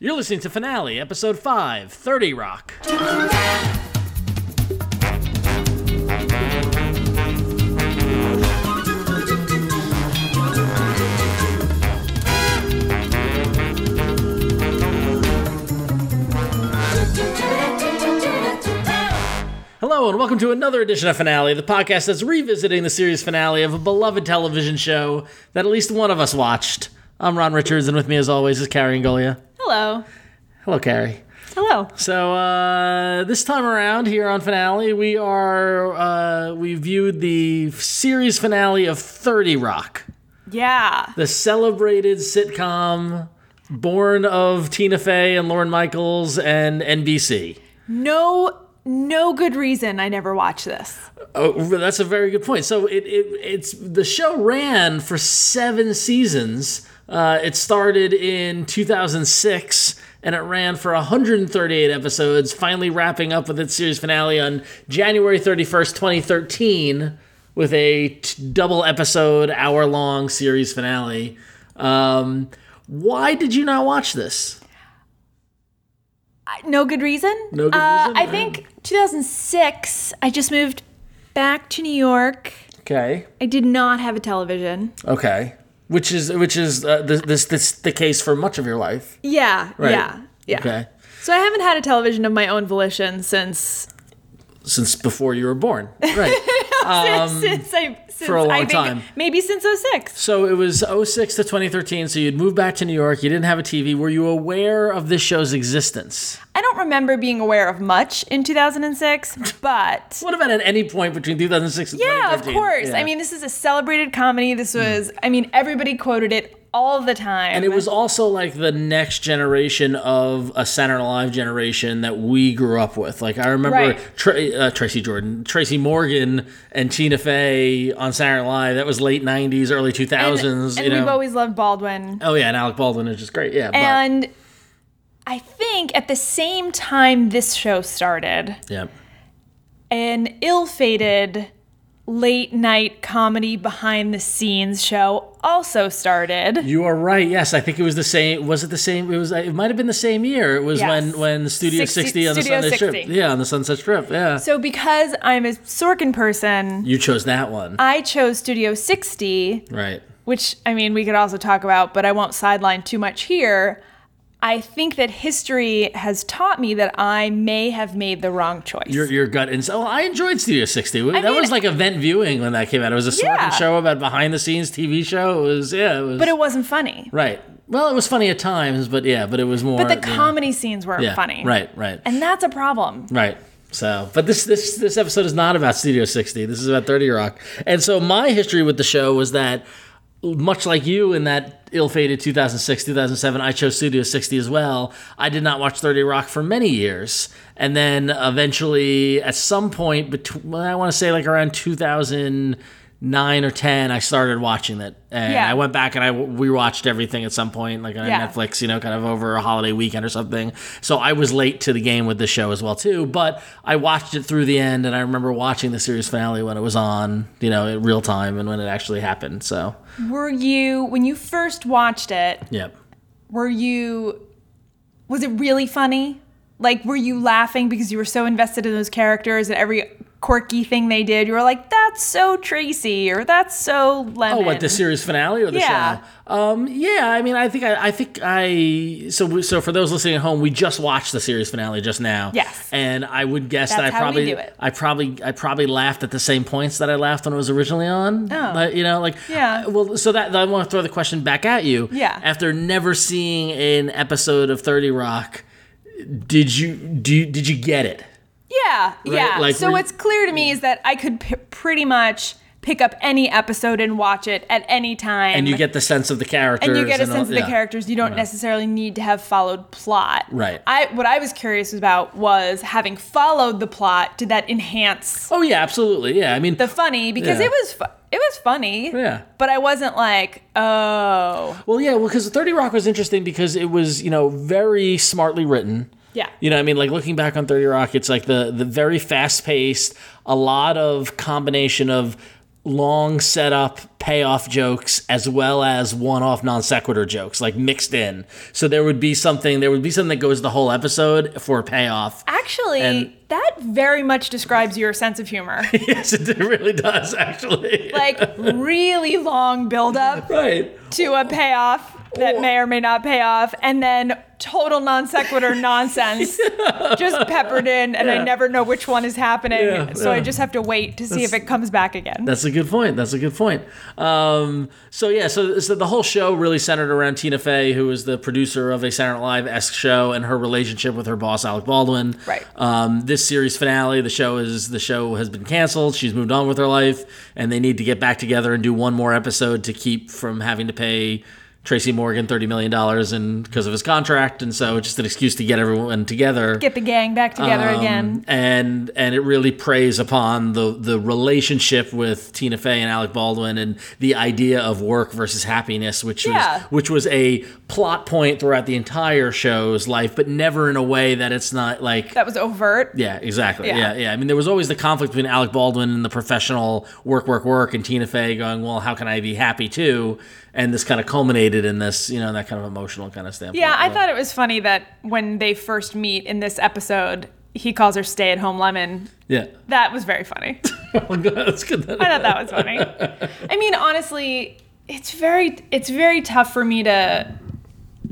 You're listening to Finale, Episode 5, 30 Rock. Hello, and welcome to another edition of Finale, the podcast that's revisiting the series finale of a beloved television show that at least one of us watched. I'm Ron Richards, and with me, as always, is Carrie Angolia. Hello. Hello, Carrie. Hello. So uh, this time around here on finale, we are uh, we viewed the series finale of Thirty Rock, Yeah. the celebrated sitcom born of Tina Fey and Lauren Michaels and NBC. No no good reason I never watched this. Oh, that's a very good point. So it, it it's the show ran for seven seasons. Uh, it started in 2006 and it ran for 138 episodes, finally wrapping up with its series finale on January 31st, 2013, with a t- double episode, hour long series finale. Um, why did you not watch this? I- No good reason? No good Uh, reason? I think 2006 I just moved back to New York. Okay. I did not have a television. Okay. Which is which is uh, this, this this the case for much of your life? Yeah. Yeah. Yeah. Okay. So I haven't had a television of my own volition since since before you were born. Right. since I since Um, for a long I think time. maybe since 06. so it was 06 to 2013. So you'd moved back to New York. You didn't have a TV. Were you aware of this show's existence? I don't remember being aware of much in 2006, but What about at any point between 2006 and Yeah, of 2013? course. Yeah. Hmm. I mean, this is a celebrated comedy. This was, I mean, everybody quoted it all the time. and it was also like the next generation of a center live generation that we grew up with. Like I remember Right. Tra- uh, Tracy Jordan, Tracy Morgan, and Tina Fey on Saturday Night Live. That was late '90s, early 2000s. And, you we've know. always loved Baldwin. oh yeah, and Alec Baldwin is just great. Yeah, And I think at the same time this show started, but, yeah. an ill fated late night comedy behind the scenes show also started. You are right. Yes, I think it was the same. Was it the same? It was. It might have been the same year. It was Yes. when when Studio 60, 60 on the Studio Sunset 60. Strip. Yeah, on the Sunset Strip. Yeah. So because I'm a Sorkin person, You chose that one, I chose Studio 60 right? which I mean, we could also talk about, but I won't sideline too much here. I think that history has taught me that I may have made the wrong choice. Your your gut and oh, I enjoyed Studio 60. that mean- was like event viewing when that came out. It was a Sorkin Yeah. show about behind the scenes TV show. It was yeah. It was but it wasn't funny. right. Well, it was funny at times, but yeah, but it was more. But the you know, comedy scenes weren't yeah, funny. Right. Right. And that's a problem. Right. So, but this this this episode is not about Studio 60. This is about 30 Rock. And so my history with the show was that much like you in that ill-fated 2006 2007 i chose studio 60 as well i did not watch 30 rock for many years and then eventually at some point between i want to say like around 2009 or 10 i started watching it and Yeah. i went back and i rewatched everything at some point like on Yeah. netflix you know kind of over a holiday weekend or something so i was late to the game with this show as well too but i watched it through the end and i remember watching the series finale when it was on you know in real time and when it actually happened so Were you, when you first watched it, Yep. were you, was it really funny? Like, were you laughing because you were so invested in those characters and every quirky thing they did? You were like, that's so Tracy or that's so Lemon. Oh, what the series finale or the Yeah. show? Um, yeah. I mean, I think I, I think I. So we, so for those listening at home, we just watched the series finale just now. Yes. And I would guess That's that I how we probably do it. I probably I probably laughed at the same points that I laughed when it was originally on. Oh. you know, like Yeah. I- well, so that I want to throw the question back at you. Yeah. After never seeing an episode of Thirty Rock, did you do? You, did you get it? Yeah, yeah. Like, Mm. so were- what's clear to me is that I could p- pretty much pick up any episode and watch it at any time. And you get the sense of the characters. And you get a all- sense of the yeah. characters. You don't necessarily need to have followed plot. Right. I what I was curious about was having followed the plot. Did that enhance Oh yeah, absolutely. Yeah. I mean, the funny? Because Yeah. it was fu- it was funny. Yeah. But I wasn't like oh Well, yeah, well, because 30 Rock was interesting because it was, you know, very smartly written. yeah. You know, what I mean, like looking back on 30 Rock, it's like the, the very fast paced, a lot of combination of long setup payoff jokes as well as one-off non sequitur jokes like mixed in so there would be something there would be something that goes the whole episode for a payoff Actually, And- that very much describes your sense of humor. yes it really does actually like really long buildup right to a payoff that may or may not pay off, and then total non sequitur nonsense just peppered in, and I Yeah. never know which one is happening. Yeah, so I yeah. just have to wait to see if it comes back again. That's a good point. That's a good point. Um, so yeah, so, so the whole show really centered around Tina Fey, who is the producer of a Saturday Night Live esque show, and her relationship with her boss Alec Baldwin. Right. Um, this series finale, the show is the show has been canceled. She's moved on with her life, and they need to get back together and do one more episode to keep from having to pay. Tracy Morgan thirty million dollars and because of his contract, and so just an excuse to get everyone together. Get the gang back together Um, again. And and it really preys upon the the relationship with Tina Fey and Alec Baldwin and the idea of work versus happiness, which Yeah. was which was a plot point throughout the entire show's life, but never in a way that it's not like That was overt. yeah, exactly. Yeah. Yeah. yeah, I mean, there was always the conflict between Alec Baldwin and the professional work, work, work, and Tina Fey going, "Well, how can I be happy too?" And this kind of culminated in this, you know, that kind of emotional kind of standpoint. Yeah, I But- thought it was funny that when they first meet in this episode, he calls her stay at home lemon. Yeah, That was very funny. that's good. I thought that was funny. I mean, honestly, it's very it's very tough for me to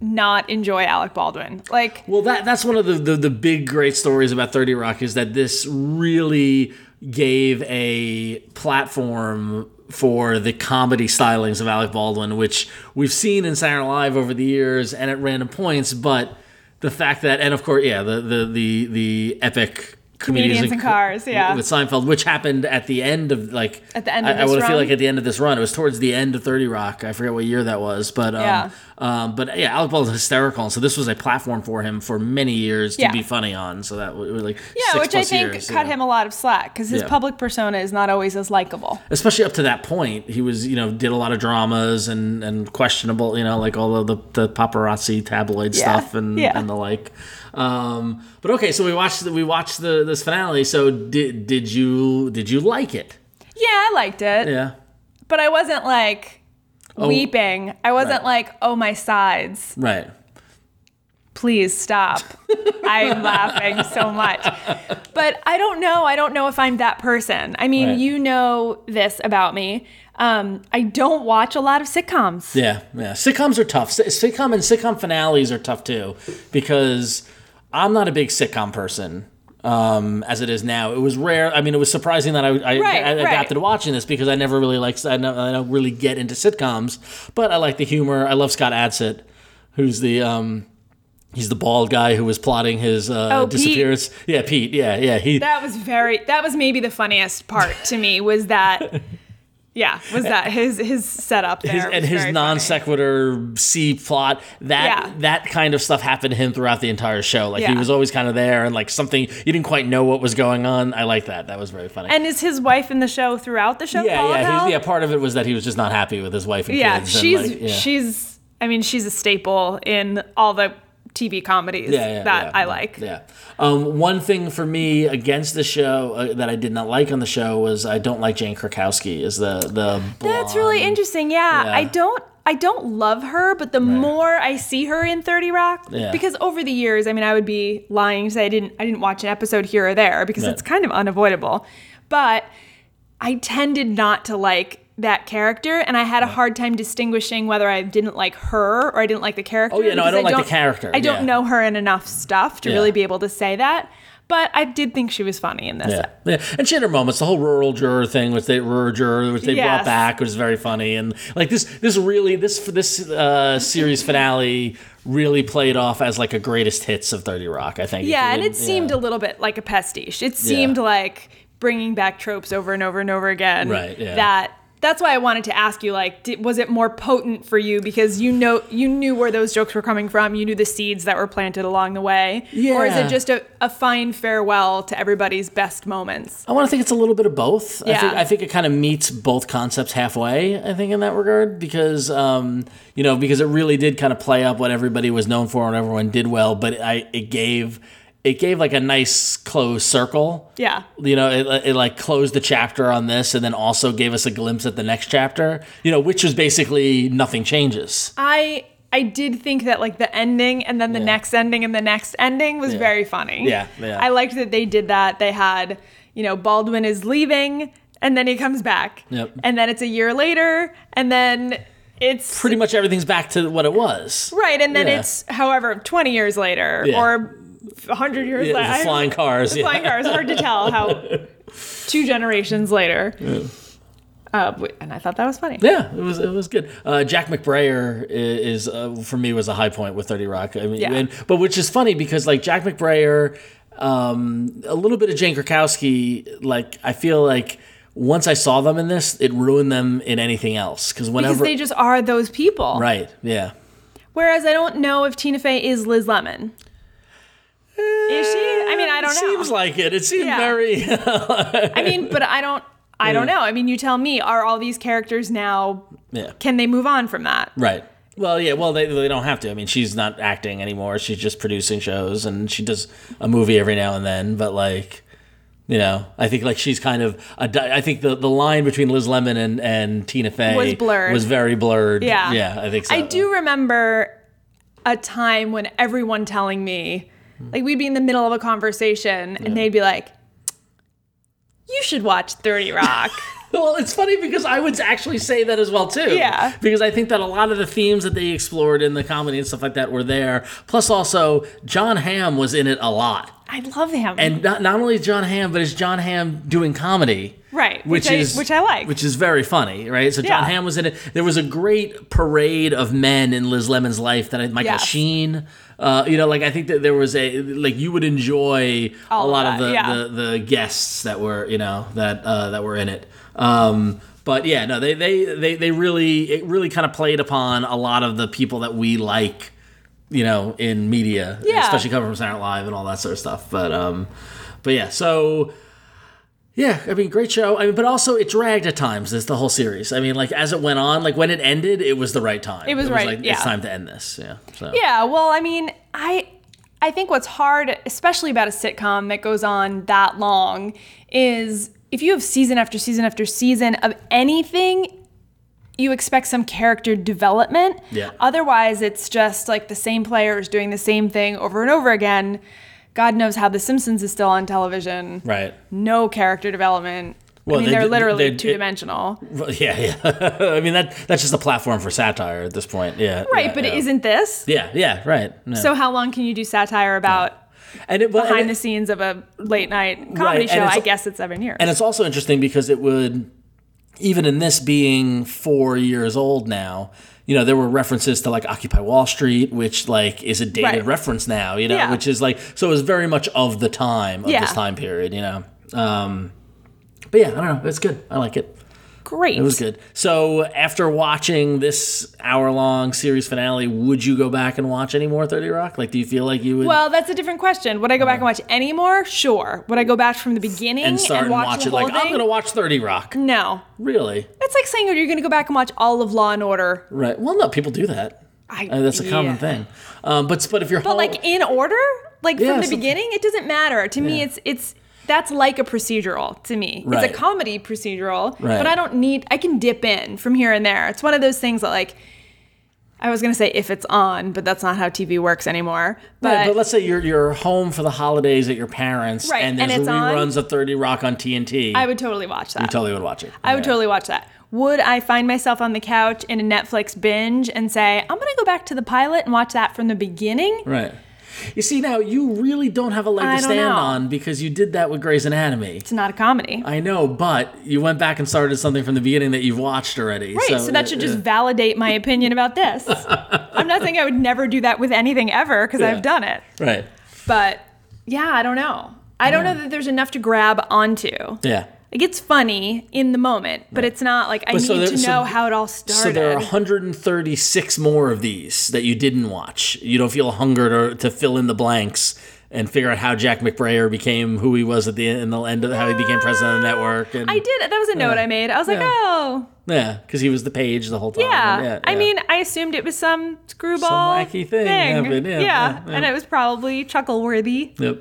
not enjoy Alec Baldwin. Like Well, that that's one of the, the the big great stories about Thirty Rock is that this really gave a platform for the comedy stylings of Alec Baldwin, which we've seen in Saturday Night Live over the years and at random points, but the fact that and of course, yeah, the the the, the epic. Comedians, Comedians in Cars, yeah. With Seinfeld, which happened at the end of like At the end of I, I this wanna feel run? like at the end of this run, it was towards the end of Thirty Rock. I forget what year that was, but um, Yeah. um, but yeah, Alec Baldwin is hysterical, so this was a platform for him for many years to Yeah. be funny on. So that was like yeah, six which I plus think years, cut yeah. him a lot of slack because his Yeah. public persona is not always as likable. Especially up to that point, he was you know did a lot of dramas and and questionable you know like all of the, the paparazzi tabloid Yeah. stuff and Yeah. and the like. Um, but okay, so we watched the, we watched the this finale. So did did you did you like it? Yeah, I liked it, Yeah. Oh. but I wasn't like weeping. I wasn't like, oh my sides, Right. please stop. I'm laughing so much. But I don't know. I don't know if I'm that person. I mean, Right. you know this about me. Um, I don't watch a lot of sitcoms. Yeah, yeah. Sitcoms are tough. Sit- Sitcom and sitcom finales are tough too, because I'm not a big sitcom person. Um, as it is now, it was rare. I mean, it was surprising that I, I, Right, I adapted right. watching this because I never really like. I, don't- I don't really get into sitcoms, but I like the humor. I love Scott Adsit, who's the um, he's the bald guy who was plotting his uh, Oh, Pete. disappearance. Yeah, Pete. Yeah, yeah. He That was very. That was maybe the funniest part to me was that. Yeah, was that his his setup there his, was and his very non funny. sequitur C plot that Yeah. that kind of stuff happened to him throughout the entire show. Like he Yeah. was always kind of there and like something you didn't quite know what was going on. I like that. That was very funny. And is his wife in the show throughout the show? yeah, Paula yeah, Pell? he, yeah. Part of it was that he was just not happy with his wife and Yeah, kids. and, she's like, yeah. she's. I mean, she's a staple in all the TV comedies Yeah, yeah, that yeah, I yeah, like. Yeah. Um, one thing for me against the show uh, that I did not like on the show was I don't like Jane Krakowski. Is the the That's really interesting. Yeah, Yeah. I don't. I don't love her, but the more I see her in 30 Rock, Yeah. because over the years, I mean, I would be lying to say I didn't I didn't watch an episode here or there because Right. it's kind of unavoidable. But I tended not to like that character and I had a hard time distinguishing whether I didn't like her or I didn't like the character. Oh, yeah, no, I because don't like the character, I don't yeah. know her in enough stuff to Yeah. really be able to say that. But I did think she was funny in this. Yeah. yeah, and she had her moments. The whole rural juror thing, which they rural juror, which they brought Yes. back, was very funny. And like this, this really this this uh, series finale really played off as like a greatest hits of Thirty Rock. I think. Yeah, and did- it seemed yeah. a little bit like a pastiche. It seemed like bringing back tropes over and over and over again. Right, yeah. That that's why I wanted to ask you like did, was it more potent for you because you know you knew where those jokes were coming from, you knew the seeds that were planted along the way or is Yeah. it just a, a fine farewell to everybody's best moments? I want to think it's a little bit of both. I Yeah. think I think it kind of meets both concepts halfway. I think in that regard because um, you know because it really did kind of play up what everybody was known for and everyone did well, but I it gave it gave like a nice closed circle. Yeah. You know, it, it like closed the chapter on this and then also gave us a glimpse at the next chapter, you know, which was basically nothing changes. I I did think that like the ending and then the next ending and the next ending was very funny. Yeah, yeah. I liked that they did that. They had, you know, Baldwin is leaving and then he comes back. Yep. And then it's a year later and then it's Pretty much everything's back to what it was. right and then Yeah. it's however 20 years later Yeah. or 100 years It was later. the flying cars. yeah. flying cars. Hard to tell how two generations later. Uh, w- and I thought that was funny. Yeah, it was it was good. Uh, Jack McBrayer i- is, is uh, for me was a high point with Thirty Rock. I mean, Yeah. and, but which is funny because like Jack McBrayer, um, a little bit of Jane Krakowski. Like I feel like once I saw them in this, it ruined them in anything else because Because whenever they just are those people. right, yeah, Whereas I don't know if Tina Fey is Liz Lemon. Is she? I mean, I don't know. seems like it. It seemed Yeah. very I mean, but I don't. I don't know. I mean, you tell me. Are all these characters now? yeah, Can they move on from that? right. Well, yeah. Well, they, they don't have to. I mean, she's not acting anymore. She's just producing shows, and she does a movie every now and then. But like, You know, I think like she's kind of a di- I think the, the line between Liz Lemon and, and Tina Fey Was blurred. Was very blurred. Yeah. yeah, I think so. I do remember a time when everyone telling me, Hmm. like, we'd be in the middle of a conversation and they'd be like, you should watch 30 Rock. Well, it's funny because I would actually say that as well too. Yeah. Because I think that a lot of the themes that they explored in the comedy and stuff like that were there. Plus, also John Hamm was in it a lot, I love him. and not not only is John Hamm, but it's John Hamm doing comedy. right. which, I, is which I like. which is very funny, right? So John Yeah. Hamm was in it. There was a great parade of men in Liz Lemon's life that I- Michael Yes. Sheen. Uh, you know, like I think that there was a like you would enjoy All a of lot of that, the, yeah. the the guests that were you know that uh, that were in it. Um, but yeah, no, they they they they really it really kind of played upon a lot of the people that we like, you know, in media, Yeah. especially coming from Saturday Night Live and all that sort of stuff. But um, but yeah, so yeah, I mean, great show. I mean, but also it dragged at times. This the whole series. I mean, like as it went on, like when it ended, it was the right time. It was right, Like, yeah. It's time to end this. Yeah. So. yeah. Well, I mean, I. I think what's hard, especially about a sitcom that goes on that long, is if you have season after season after season of anything, you expect some character development. Yeah. Otherwise, it's just like the same players doing the same thing over and over again. God knows how The Simpsons is still on television. Right. No character development. Well, I mean, they they, are did- literally they did- two dimensional. Well, yeah. Yeah. I mean that that's just a platform for satire at this point. Yeah. Right, yeah, but yeah. isn't this? Yeah. Yeah. Right. Yeah. So, how long can you do satire about and it well, behind and the it, scenes of a late night Right, comedy and show? it's- I guess it's seven years. and it's also interesting because it would even in this being four years old now. You know, there were references to like Occupy Wall Street, which like is a dated Right. reference now. You know, Yeah. which is like so it was very much of the time of Yeah. this time period. You know, um, but yeah, I don't know. It's good. I like it. Great. It was good. So after watching this hour-long series finale, would you go back and watch any more Thirty Rock? Like, do you feel like you would? Well, that's a different question. Would I go back and watch any more? Sure. Would I go back from the beginning and start and watch, the it whole like I'm thing? gonna watch Thirty Rock. No. Really? It's like saying you're going to go back and watch all of Law and Order. Right. Well, no, people do that. I, Uh, that's a common yeah. thing. Um, but but if you're But like in order, like Yeah, from the something- beginning, it doesn't matter. To me, Yeah. it's it's that's like a procedural to me. Right. It's a comedy procedural, Right. but I don't need. I can dip in from here and there. It's one of those things that like. I was gonna say if it's on, but that's not how TV works anymore. But, Right, but let's say you're you're home for the holidays at your parents, Right, and and there's it's on. reruns of Thirty Rock on TNT. I would totally watch that. you totally would watch it. I would totally watch that. Would I find myself on the couch in a Netflix binge and say, I'm gonna go back to the pilot and watch that from the beginning? Right. You see now, you really don't have a leg I to don't stand know. on because you did that with Grey's Anatomy. It's not a comedy. I know, but you went back and started something from the beginning that you've watched already. Right, so, that should just validate my opinion about this. I'm not saying I would never do that with anything ever because Yeah. I've done it. right. But yeah, I don't know. I don't know that there's enough to grab onto. Like Yeah. it's funny in the moment, but it's not like I But need so there- to so- know how it all started. So there are 136 more of these that you didn't watch. You don't feel hungered or to fill in the blanks and figure out how Jack McBrayer became who he was at the end, in the end of how he became president of the network. And I did. That was a note I made. I was like, Yeah. oh, yeah, because he was the page the whole time. yeah. And I mean, I assumed it was some screwball wacky thing happened, yeah, yeah, yeah. and it was probably chuckle worthy. yep.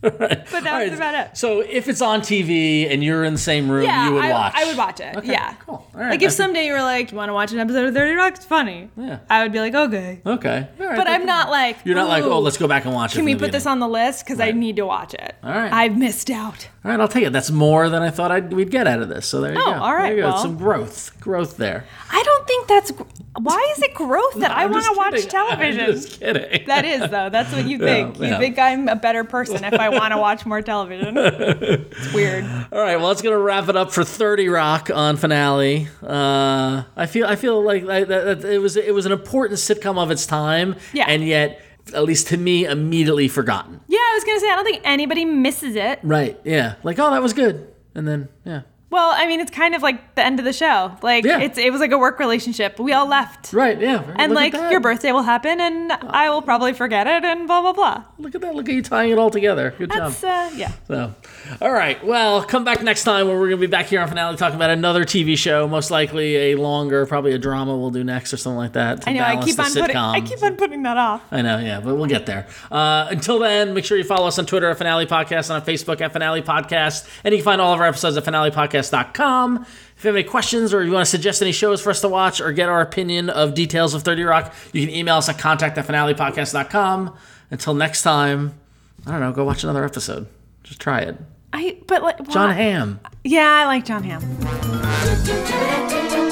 But that was about it. So if it's on TV and you're in the same room, Yeah, you would I, watch. I would watch it. Okay, yeah. Cool. All right. Like if I think- someday you were like, you want to watch an episode of Thirty Rock? It's funny. Yeah. I would be like, okay. Okay. All right, But I'm that's- not like. You're not like, "Ooh, oh, let's go back and watch it. Can we put this on the list? Because I need to watch it. All right. I've missed out. All right, I'll take it. That's more than I thought I'd, we'd get out of this. So there you Oh, go. all right, There you go. well. Some growth, growth there. I don't think that's. gr- Why is it growth that I I'm want to just watch kidding. television? I'm just kidding. That is though. That's what you think. You yeah. think I'm a better person if I want to watch more television. It's weird. All right, well, that's gonna wrap it up for Thirty Rock on finale. Uh, I feel I feel like I, that, that it was it was an important sitcom of its time, Yeah. and yet at least to me immediately forgotten. Yeah, I was gonna say I don't think anybody misses it. Right? Yeah. Like oh, that was good, and then yeah. Well, I mean, it's kind of like the end of the show. Like Yeah. it's it was like a work relationship. We all left. Right? Yeah. And Look at like that. your birthday will happen, and I will probably forget it, and blah blah blah. Look at that. Look at you tying it all together. Good job. That's uh, yeah. So, all right. Well, come back next time where we're going to be back here on finale talking about another TV show, most likely a longer, probably a drama we'll do next or something like that. To I know. I balance keep the on putting I sitcoms. keep on putting that off. I know, yeah, but we'll get there. Uh, until then, make sure you follow us on Twitter at Finale Podcast and on Facebook at Finale Podcast. And you can find all of our episodes at finalepodcast.com. If you have any questions or you want to suggest any shows for us to watch or get our opinion of details of 30 Rock, you can email us at contact at finalepodcast.com. Until next time, I don't know, go watch another episode. Just try it. I but like why? John Hamm. Yeah, I like John Hamm. Do do do do do do